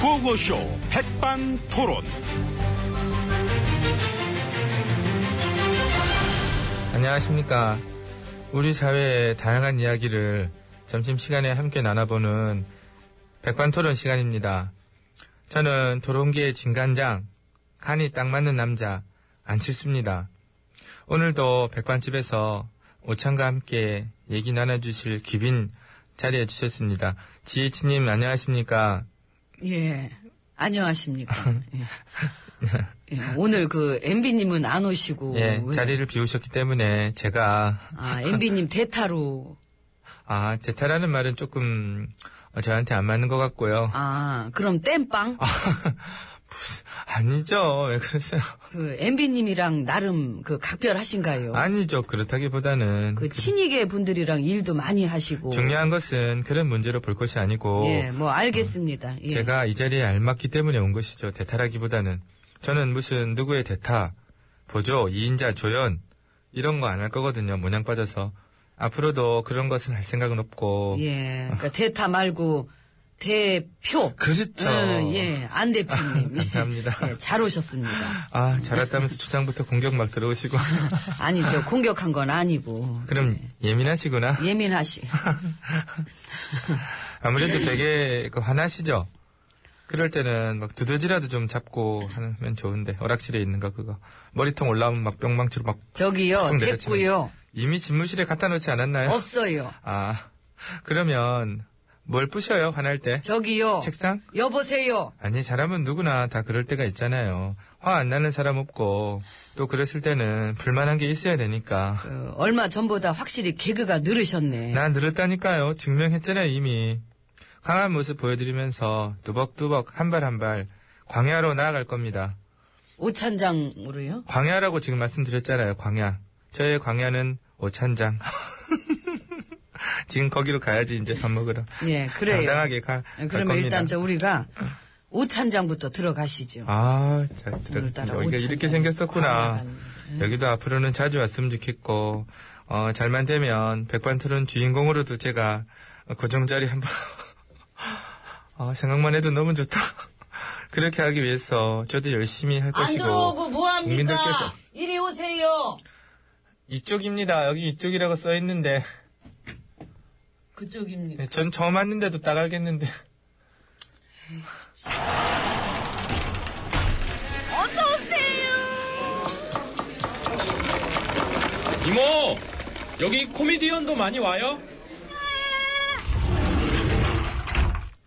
구호쇼 백반토론. 안녕하십니까. 우리 사회의 다양한 이야기를 점심시간에 함께 나눠보는 백반토론 시간입니다. 저는 토론계의 진간장, 간이 딱 맞는 남자, 안칠수입니다. 오늘도 백반집에서 오찬과 함께 얘기 나눠주실 귀빈 자리해 주셨습니다. 지혜치님 안녕하십니까. 예. 안녕하십니까. 예. 예, 오늘 그 MB님은 안 오시고. 네. 예, 왜- 자리를 비우셨기 때문에 제가 아, MB님 대타로. 아, 대타라는 말은 조금 어, 저한테 안 맞는 것 같고요. 아, 그럼 땜빵? 아니죠. 왜 그러세요? 그 MB님이랑 나름 그 각별하신가요? 아니죠. 그렇다기보다는 그 친이계 분들이랑 일도 많이 하시고. 중요한 것은 그런 문제로 볼 것이 아니고 예, 뭐 알겠습니다. 예. 제가 이 자리에 알맞기 때문에 온 것이죠. 대타라기보다는 저는 무슨 누구의 대타, 보조, 이인자, 조연 이런 거 안 할 거거든요. 모양 빠져서 앞으로도 그런 것은 할 생각은 없고 예. 그러니까 대타 말고 대표. 그렇죠. 예, 예, 안 대표님. 감사합니다. 예, 잘 오셨습니다. 아, 잘했다면서 초장부터 공격 막 들어오시고 아니죠. 공격한 건 아니고. 그럼 네. 예민하시구나. 예민하시. 아무래도 되게 그 화나시죠? 그럴 때는 막 두더지라도 좀 잡고 하면 좋은데 오락실에 있는 거 그거 머리통 올라오면 막 뿅망치로 막 저기요, 팍 내려치는- 됐고요. 이미 집무실에 갖다 놓지 않았나요? 없어요. 아 그러면 뭘 부셔요 화날 때? 저기요. 책상? 여보세요. 아니 사람은 누구나 다 그럴 때가 있잖아요. 화 안 나는 사람 없고 또 그랬을 때는 불만한 게 있어야 되니까. 그, 얼마 전보다 확실히 개그가 늘으셨네. 음. 난 늘었다니까요. 증명했잖아요, 이미. 강한 모습 보여드리면서 두벅두벅 한 발 한 발 광야로 나아갈 겁니다. 오찬장으로요? 광야라고 지금 말씀드렸잖아요, 광야. 저의 광야는 오찬장. 지금 거기로 가야지, 이제 밥 먹으러. 예, 그래요. 당당하게 가, 예, 갈 그러면 겁니다. 일단 저 우리가 오찬장부터 들어가시죠. 아, 자, 들어, 오늘따라 네. 여기가 오찬장, 이렇게 생겼었구나. 광야가- 여기도 앞으로는 자주 왔으면 좋겠고, 어, 잘만 되면 백반토론 주인공으로도 제가 고정 자리 한번, 어, 생각만 해도 너무 좋다. 그렇게 하기 위해서 저도 열심히 할 안 것이고. 들어오고 뭐합니까? 아, 국민들께서 이리 오세요. 이쪽입니다. 여기 이쪽이라고 써 있는데 그쪽입니다. 네, 전 처음 왔는데도 따갈겠는데. 이모, 여기 코미디언도 많이 와요?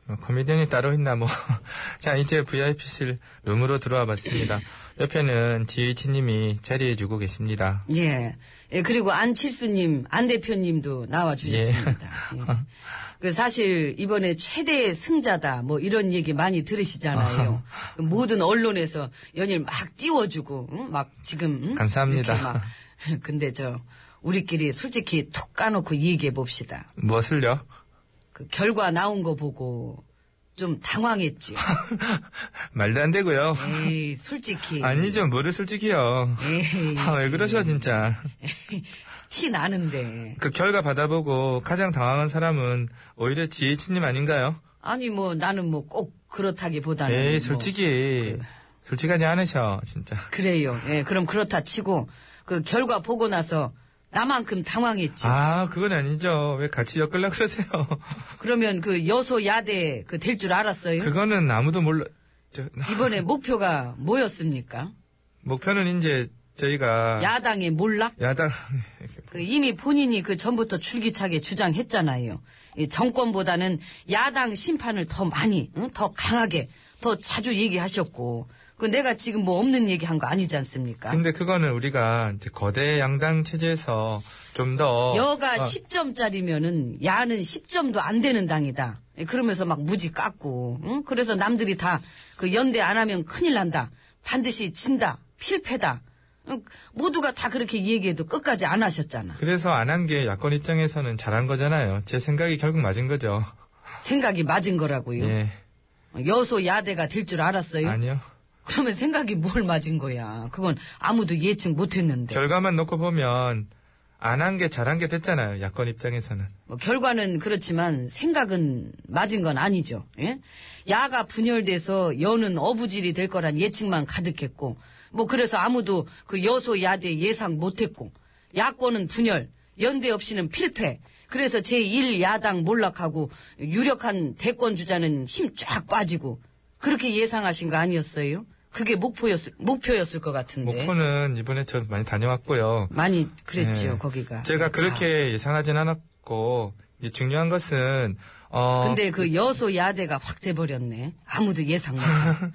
어, 코미디언이 따로 있나 뭐. 자 이제 VIP실 룸으로 들어와 봤습니다. 옆에는 GH님이 자리해주고 계십니다. 예. 예, 그리고 안칠수님, 안 대표님도 나와주셨습니다. 예. 그 사실 이번에 최대의 승자다 뭐 이런 얘기 많이 들으시잖아요. 그 모든 언론에서 연일 막 띄워주고 응? 막 지금 응? 감사합니다. 이렇게 막. 근데 저 우리끼리 솔직히 툭 까놓고 얘기해 봅시다. 무엇을요? 그 결과 나온 거 보고 좀 당황했지. 말도 안 되고요. 에이, 솔직히 아니죠, 뭐를 솔직히요. 에이. 아, 왜 그러셔, 진짜. 티 나는데. 그 결과 받아보고 가장 당황한 사람은 오히려 GH님 아닌가요? 아니 뭐 나는 뭐 꼭 그렇다기보다는 에이, 뭐 솔직히. 솔직하지 않으셔, 진짜. 그래요. 예, 그럼 그렇다 치고 그 결과 보고 나서 나만큼 당황했지. 아, 그건 아니죠. 왜 같이 엮으려 그러세요? 그러면 그 여소 야대 그 될 줄 알았어요. 그거는 아무도 몰라. 저, 이번에 목표가 뭐였습니까? 목표는 이제 저희가 야당의 몰락? 야당, 그 이미 본인이 그 전부터 줄기차게 주장했잖아요. 이 정권보다는 야당 심판을 더 많이, 응? 더 강하게, 더 자주 얘기하셨고, 그 내가 지금 뭐 없는 얘기한 거 아니지 않습니까? 근데 그거는 우리가 이제 거대 양당 체제에서 좀 더 어, 여가 10점짜리면은 야는 10점도 안 되는 당이다. 예, 그러면서 막 무지 깎고, 응? 그래서 남들이 다 그 연대 안 하면 큰일 난다. 반드시 진다. 필패다. 응? 모두가 다 그렇게 얘기해도 끝까지 안 하셨잖아. 그래서 안 한 게 야권 입장에서는 잘한 거잖아요. 제 생각이 결국 맞은 거죠. 생각이 맞은 거라고요. 어, 예. 여소 야대가 될 줄 알았어요. 아니요. 그러면 생각이 뭘 맞은 거야. 그건 아무도 예측 못 했는데. 결과만 놓고 네. 보면 안 한 게 잘한 게 됐잖아요. 야권 입장에서는. 뭐 결과는 그렇지만 생각은 맞은 건 아니죠. 예? 야가 분열돼서 여는 어부질이 될 거란 예측만 가득했고, 뭐 그래서 아무도 그 여소 야대 예상 못했고, 야권은 분열, 연대 없이는 필패. 그래서 제1야당 몰락하고 유력한 대권 주자는 힘 쫙 빠지고 그렇게 예상하신 거 아니었어요? 그게 목표였을 목표였을 것 같은데 목포는 이번에 저 많이 다녀왔고요. 많이 네. 그랬지요 네. 거기가 제가 아. 그렇게 예상하진 않았고 이제 중요한 것은 어 근데 그 여소 야대가 확 돼버렸네. 아무도 예상 못한.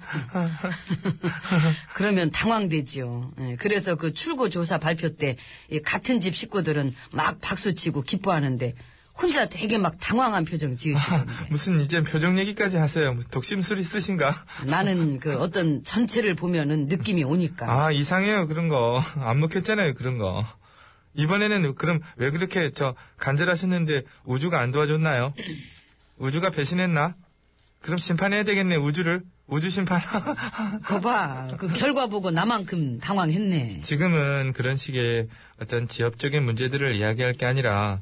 그러면 당황되지요. 예, 그래서 그 출구 조사 발표 때이 같은 집 식구들은 막 박수치고 기뻐하는데 혼자 되게 막 당황한 표정 지으시던데. 무슨 이제 표정 얘기까지 하세요. 무슨 독심술이 쓰신가? 나는 그 어떤 전체를 보면은 느낌이 오니까. 아 이상해요 그런 거. 안 먹혔잖아요 그런 거. 이번에는 그럼 왜 그렇게 저 간절하셨는데 우주가 안 도와줬나요? 우주가 배신했나? 그럼 심판해야 되겠네 우주를 우주 심판. 거봐. 그 결과 보고 나만큼 당황했네. 지금은 그런 식의 어떤 지역적인 문제들을 이야기할 게 아니라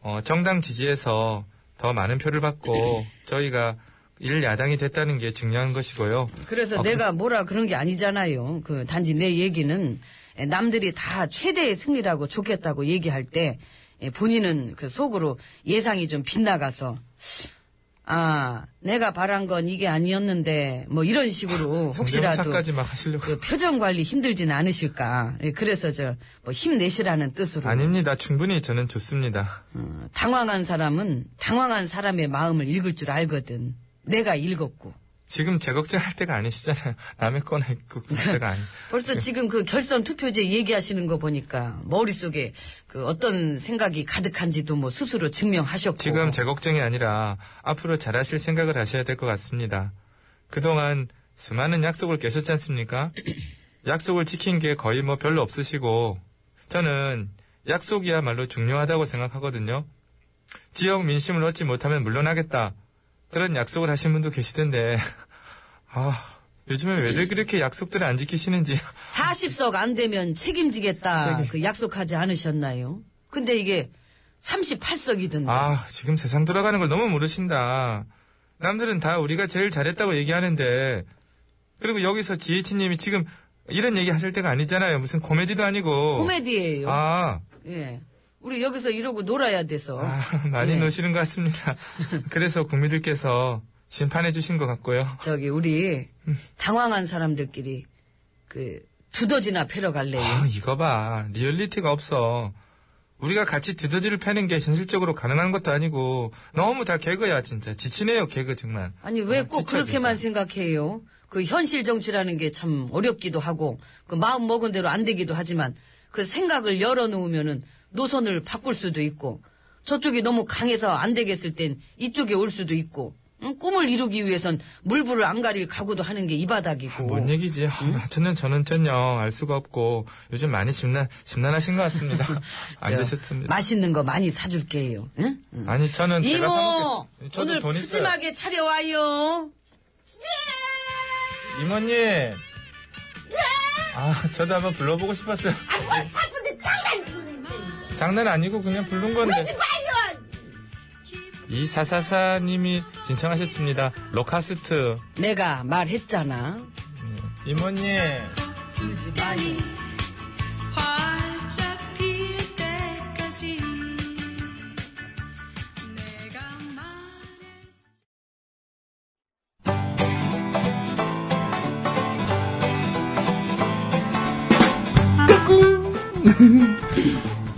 어, 정당 지지에서 더 많은 표를 받고 저희가 일 야당이 됐다는 게 중요한 것이고요. 그래서 아, 내가 뭐라 그런 게 아니잖아요. 그 단지 내 얘기는 남들이 다 최대의 승리라고 좋겠다고 얘기할 때 예, 본인은 그 속으로 예상이 좀 빗나가서 아 내가 바란 건 이게 아니었는데 뭐 이런 식으로 혹시라도 성대모사까지 막 하시려고. 그 표정 관리 힘들진 않으실까. 예, 그래서 저 뭐 힘내시라는 뜻으로 아닙니다. 충분히 저는 좋습니다. 어, 당황한 사람은 당황한 사람의 마음을 읽을 줄 알거든. 내가 읽었고. 지금 제 걱정할 때가 아니시잖아요. 남의 거나 그 때가 아니. 벌써 지금 그 결선 투표제 얘기하시는 거 보니까 머릿속에 그 어떤 생각이 가득한지도 뭐 스스로 증명하셨고. 어, 지금 제 걱정이 아니라 앞으로 잘하실 생각을 하셔야 될 것 같습니다. 그동안 수많은 약속을 깨셨지 않습니까? 약속을 지킨 게 거의 뭐 별로 없으시고 저는 약속이야말로 중요하다고 생각하거든요. 지역 민심을 얻지 못하면 물러나겠다. 그런 약속을 하신 분도 계시던데 아 요즘에 왜들 그렇게 약속들을 안 지키시는지 40석 안 되면 책임지겠다. 그 약속하지 않으셨나요? 근데 이게 38석이던데. 아, 지금 세상 돌아가는 걸 너무 모르신다. 남들은 다 우리가 제일 잘했다고 얘기하는데, 그리고 여기서 지혜치님이 지금 이런 얘기 하실 때가 아니잖아요. 무슨 코미디도 아니고. 코미디예요. 아, 예. 우리 여기서 이러고 놀아야 돼서. 아, 많이 예. 노시는 것 같습니다. 그래서 국민들께서 심판해 주신 것 같고요. 저기 우리 음. 당황한 사람들끼리 그 두더지나 패러 갈래요. 아, 이거 봐. 리얼리티가 없어. 우리가 같이 드더지를 패는 게 현실적으로 가능한 것도 아니고, 너무 다 개그야, 진짜. 지치네요, 개그, 정말. 아니 왜 아, 꼭 지쳐, 그렇게만 진짜. 생각해요? 그 현실 정치라는 게 참 어렵기도 하고 그 마음 먹은 대로 안 되기도 하지만 그 생각을 열어놓으면은 노선을 바꿀 수도 있고 저쪽이 너무 강해서 안 되겠을 땐 이쪽에 올 수도 있고 응? 꿈을 이루기 위해선 물불을 안 가릴 각오도 하는 게 이 바닥이고 아, 뭔 얘기지? 저는 저는 전혀 알 수가 없고 요즘 많이 심란 심란하신 것 같습니다. 안 저, 되셨습니다. 맛있는 거 많이 사줄게요. 응? 아니 저는 제가 이모 사먹게 저도 오늘 돈 있어요. 푸짐하게 차려와요. 이모님. 아 저도 한번 불러보고 싶었어요. 아, 바쁜데 장난 장난 아니고 그냥 부른 건데. 빨려 이 사사사님이 신청하셨습니다. 로카스트 내가 말했잖아. 이모님. 울지 마요. 활짝 필 때까지 내가 말해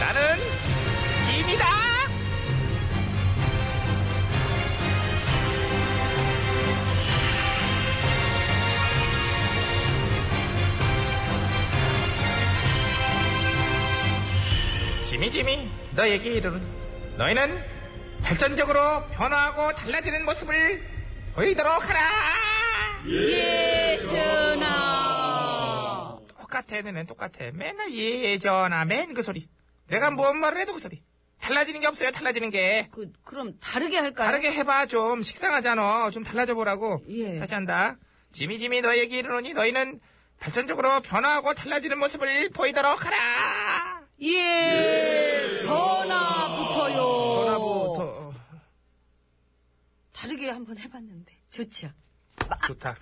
나는 짐이다. 짐이 짐이 너에게 이르는 너희는 발전적으로 변화하고 달라지는 모습을 보이도록 하라. 예, 전하. 똑같아, 너는 똑같아. 맨날 예전아, 맨 그 소리. 내가 뭔 말을 해도 그 소리. 달라지는 게 없어요, 달라지는 게. 그, 그럼 다르게 할까요? 아, 다르게 해봐 좀 식상하잖아 좀 달라져 보라고 예. 다시 한다 지미지미 너에게 이르노니 너희는 발전적으로 변화하고 달라지는 모습을 보이도록 하라 예, 전하부터요. 전화부터 어, 다르게 한번 해봤는데. 좋죠. 좋다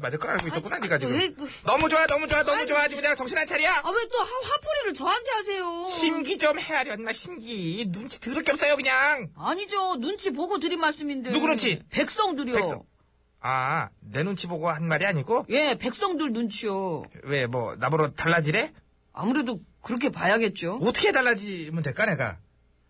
맞을 걸 알고 있었구나 네가 지금 왜, 왜. 너무 좋아 너무 좋아 너무 좋아 아주 그냥 정신 안 차려 아, 왜 또 화풀이를 저한테 하세요? 심기 좀 헤아려 인마 심기 눈치 더럽게 없어요 그냥 아니죠. 눈치 보고 드린 말씀인데. 누구 눈치? 백성들이요. 백성. 아 내 눈치 보고 한 말이 아니고 예, 백성들 눈치요. 왜 뭐 나보러 달라지래 아무래도 그렇게 봐야겠죠. 어떻게 달라지면 될까 내가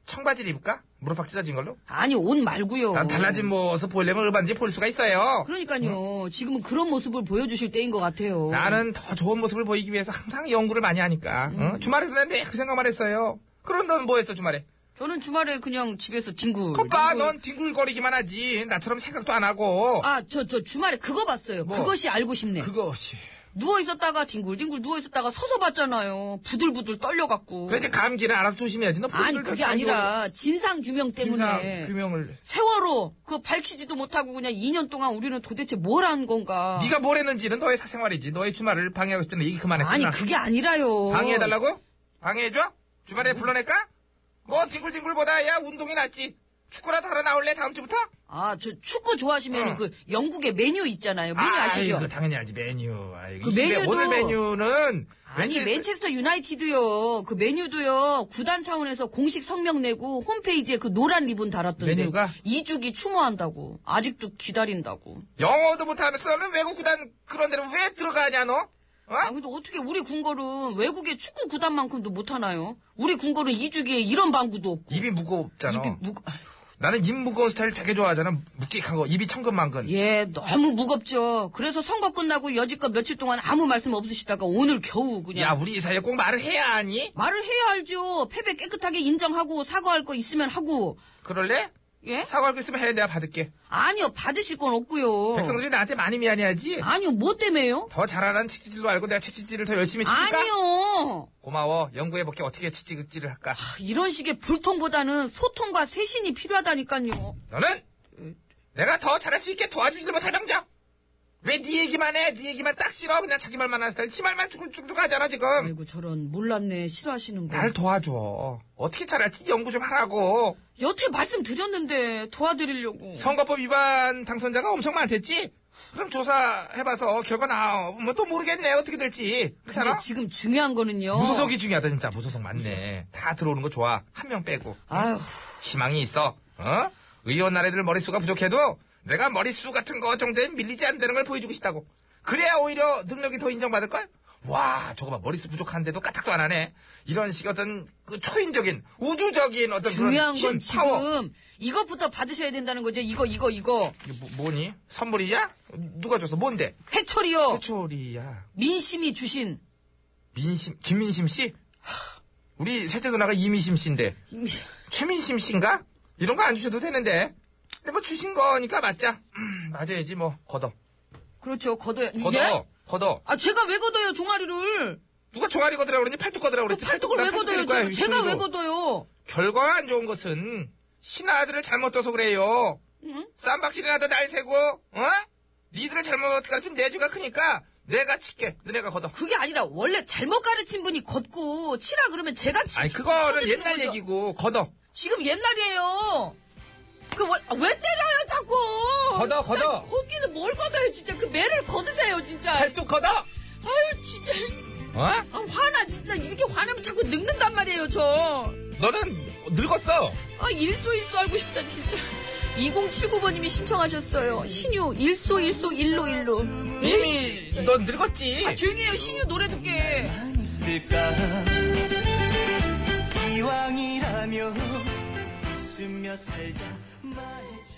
청바지를 입을까 무릎팍 찢어진 걸로 아니, 옷 말고요. 난 달라진 모습 보려면 얼마든지 볼 수가 있어요. 그러니까요. 지금은 그런 모습을 보여주실 때인 것 같아요. 나는 더 좋은 모습을 보이기 위해서 항상 연구를 많이 하니까. 음. 어? 주말에도 난내그 생각만 했어요. 그럼 넌 뭐 했어 주말에? 저는 주말에 그냥 집에서 뒹굴. 오빠 넌 뒹굴거리기만 하지. 나처럼 생각도 안 하고. 아, 저, 저 주말에 그거 봤어요. 뭐? 그것이 알고 싶네. 그것이. 누워 있었다가 뒹굴뒹굴 누워 있었다가 서서 봤잖아요. 부들부들 떨려갖고. 그래 이제 감기는 알아서 조심해야지. 너 아니 그게 아니라 진상 규명 김상 때문에 규명을. 세월호 그거 밝히지도 못하고 그냥 2년 동안 우리는 도대체 뭘 한 건가? 네가 뭘 했는지는 너의 사생활이지. 너의 주말을 방해하고 싶다는 얘기 그만했구나. 아니 그게 아니라요. 방해해달라고? 방해해줘? 음. 주말에 불러낼까? 뭐 뒹굴뒹굴보다 야 운동이 낫지. 축구라도 하러 나올래 다음 주부터? 아저 축구 좋아하시면 어. 그 영국의 메뉴 있잖아요. 메뉴 아, 아, 시죠 이거 당연히 알지 메뉴. 아이고, 그 이 집에 메뉴도- 오늘 메뉴는 아니 맨체스터 유나이티드요 그 메뉴도요 구단 차원에서 공식 성명 내고 홈페이지에 그 노란 리본 달았던데 메뉴가? 이죽이 추모한다고 아직도 기다린다고 영어도 못하면서 너는 외국 구단 그런 데로 왜 들어가냐 너? 어? 아 근데 어떻게 우리 궁궐은 외국의 축구 구단만큼도 못하나요? 우리 궁궐은 이주기에 이런 방구도 없고 어. 입이 무겁잖아. 입이 무거 나는 입 무거운 스타일 되게 좋아하잖아. 묵직한 거, 입이 천근만근. 예 너무 무겁죠 그래서 선거 끝나고 여지껏 며칠 동안 아무 말씀 없으시다가 오늘 겨우 그냥 야, 우리 이사회 꼭 말을 해야 하니? 말을 해야 알죠 패배 깨끗하게 인정하고 사과할 거 있으면 하고 그럴래? 예? 사과할 거 있으면 해, 내가 받을게. 아니요 받으실 건 없고요 백성들이 나한테 많이 미안해하지? 어. 아니요 뭐 때문에요? 더 잘하라는 책지질로 알고 내가 책지질을 더 열심히 치니까? 아니요 고마워. 연구해볼게. 어떻게 책지질을 할까? 아, 이런 식의 불통보다는 소통과 쇄신이 필요하다니까요 너는 내가 더 잘할 수 있게 도와주지도 못할 망정. 왜 네 얘기만 해? 네 얘기만 딱 싫어. 그냥 자기 말만 하는 스타일. 지 말만 쭈글쭈글 하잖아 지금. 아이고 저런 몰랐네 싫어하시는 거 날 도와줘. 어떻게 잘할지 연구 좀 하라고. 여태 말씀드렸는데 도와드리려고. 선거법 위반 당선자가 엄청 많댔지? 그럼 조사해봐서 결과 나오면 뭐 또 모르겠네. 어떻게 될지. 근데 그렇잖아? 지금 어. 중요한 거는요. 무소속이 중요하다 진짜. 무소속 맞네. 다 들어오는 거 좋아. 한 명 빼고. 아휴, 희망이 있어. 어? 의원 나래들 머릿수가 부족해도 내가 머릿수 같은 거 정도엔 밀리지 않는 걸 보여주고 싶다고. 그래야 오히려 능력이 더 인정받을걸? 와, 저거 봐. 머릿수 부족한데도 까딱도 안 하네. 이런 식의 어떤 그 초인적인, 우주적인 어떤 그런 중요한 힘, 건 파워. 지금 이것부터 받으셔야 된다는 거죠. 이거, 이거, 이거. 이게 뭐, 뭐니? 선물이야? 누가 줬어? 뭔데? 그 해초리요. 해초리야. 민심이 주신. 민심, 김민심 씨? 우리 셋째 누나가 이미심 씨인데. 최민심 씨인가? 이런 거 안 주셔도 되는데. 근데 뭐 주신 거니까 맞자. 음, 맞아야지 뭐. 걷어. 그렇죠. 걷어요. 걷어. 예? 걷어. 아, 제가 왜 걷어요, 종아리를? 누가 종아리 걷으라고 그러니 팔뚝 걷으라고 그랬지. 팔뚝을 왜 난 팔뚝 때릴 걷어요, 거야, 제가? 이 제가 왜 소리로. 걷어요? 결과가 안 좋은 것은 신하들을 잘못 떠서 그래요. 쌈박질이나 하다 날 세고, 어? 니들을 잘못 가르친 내주가 크니까 내가 칠게. 너네가 걷어. 그게 아니라 원래 잘못 가르친 분이 걷고 치라 그러면 제가 치. 아니, 그거는 쳐드리는 옛날 거죠. 얘기고, 걷어. 지금 옛날이에요. 그, 왜, 아, 왜 때려요, 자꾸? 걷어, 걷어. 거기는 뭘 걷어요 진짜 그 매를 걷으세요 진짜 팔뚝 걷어. 아유 진짜 어? 아 화나 진짜 이렇게 화나면 자꾸 늙는단 말이에요 저 너는 늙었어. 아, 일소 일소 알고 싶다, 진짜. 2079번님이 신청하셨어요. 신유, 일소 일소 일로 일로. 이미 넌 늙었지. 아, 조용히 해요. 신유 노래 듣게. 그 있을까 이왕이라면 웃으며 살자 말자